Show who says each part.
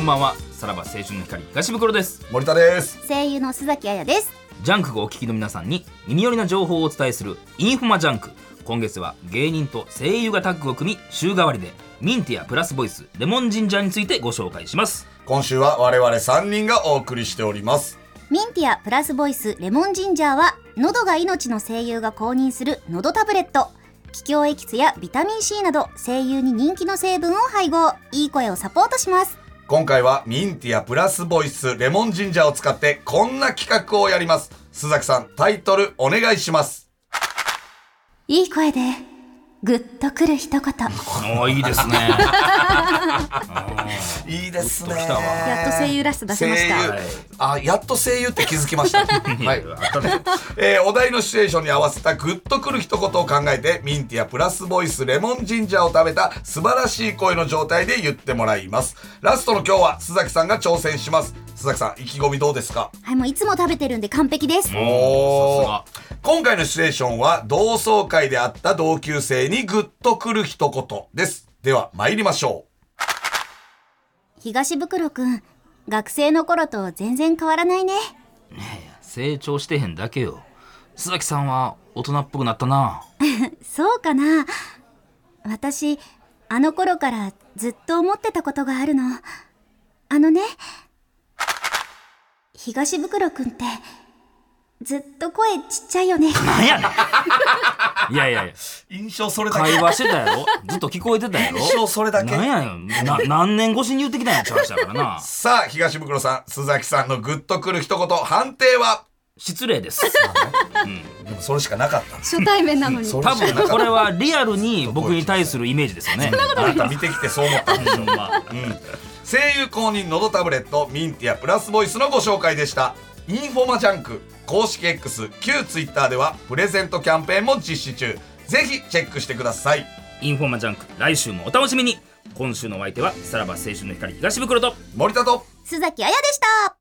Speaker 1: んばんはさらば青春の光東袋です
Speaker 2: 森田です
Speaker 3: 声優の須崎彩です
Speaker 1: ジャンクをお聞きの皆さんに耳寄りな情報をお伝えするインフォマジャンク今月は芸人と声優がタッグを組み週替わりでミンティアプラスボイスレモンジンジャーについてご紹介します
Speaker 2: 今週は我々3人がお送りしております
Speaker 3: ミンティアプラスボイスレモンジンジャーは喉が命の声優が公認する喉タブレット気胸エキスやビタミン C など声優に人気の成分を配合いい声をサポートします
Speaker 2: 今回はミンティアプラスボイスレモンジンジャーを使ってこんな企画をやります須崎さんタイトルお願いします
Speaker 3: いい声でグッとくる一言やっ
Speaker 1: ああいいですね
Speaker 2: いいです
Speaker 1: グ
Speaker 2: ね
Speaker 1: ッときたわ
Speaker 3: と声優らしさ出せました
Speaker 2: 声優あやっと声優って気づきました はいえーお題のシチュエーションに合わせたグッとくる一言を考えてミンティアプラスボイスレモンジンジャーを食べた素晴らしい声の状態で言ってもらいますラストの今日は須崎さんが挑戦します須崎さん意気込みどうですか
Speaker 3: はいもういつも食べてるんで完璧です
Speaker 2: お
Speaker 1: さ
Speaker 2: 今回のシチュエーションは同窓会であった同級生にグッとくる一言ですでは参りましょ
Speaker 3: 東袋くん学生の頃と全然変わらないね
Speaker 1: 成長してへんだけよ須崎さんは大人っぽくなったな
Speaker 3: そうかな私あの頃からずっと思ってたことがあるのあのね東袋くんってずっと声ちっちゃいよね
Speaker 1: なんやねんいやいやいや
Speaker 2: う印象それ
Speaker 1: 会話してたやろずっと聞こえてたやろ
Speaker 2: 一生それだけ
Speaker 1: なんやねんな何年越しに言ってきたんやって話だからな
Speaker 2: さあ東袋さん須崎さんのグッとくる一言判定は
Speaker 1: 失礼です
Speaker 2: でもそれしかなかったんです
Speaker 3: 初対面なのに
Speaker 2: それ
Speaker 1: 多分これはリアルに僕に対するイメージですよね
Speaker 2: あなた見てきてそう思ったんでしょう、うん声優公認のどタブレットミンティアプラスボイスのご紹介でしたインフォマジャンク公式 X 旧 Twitter ではプレゼントキャンペーンも実施中ぜひチェックしてください
Speaker 1: インフォマジャンク来週もお楽しみに今週のお相手はさらば青春の光東袋と
Speaker 2: 森田と
Speaker 3: 須崎彩でした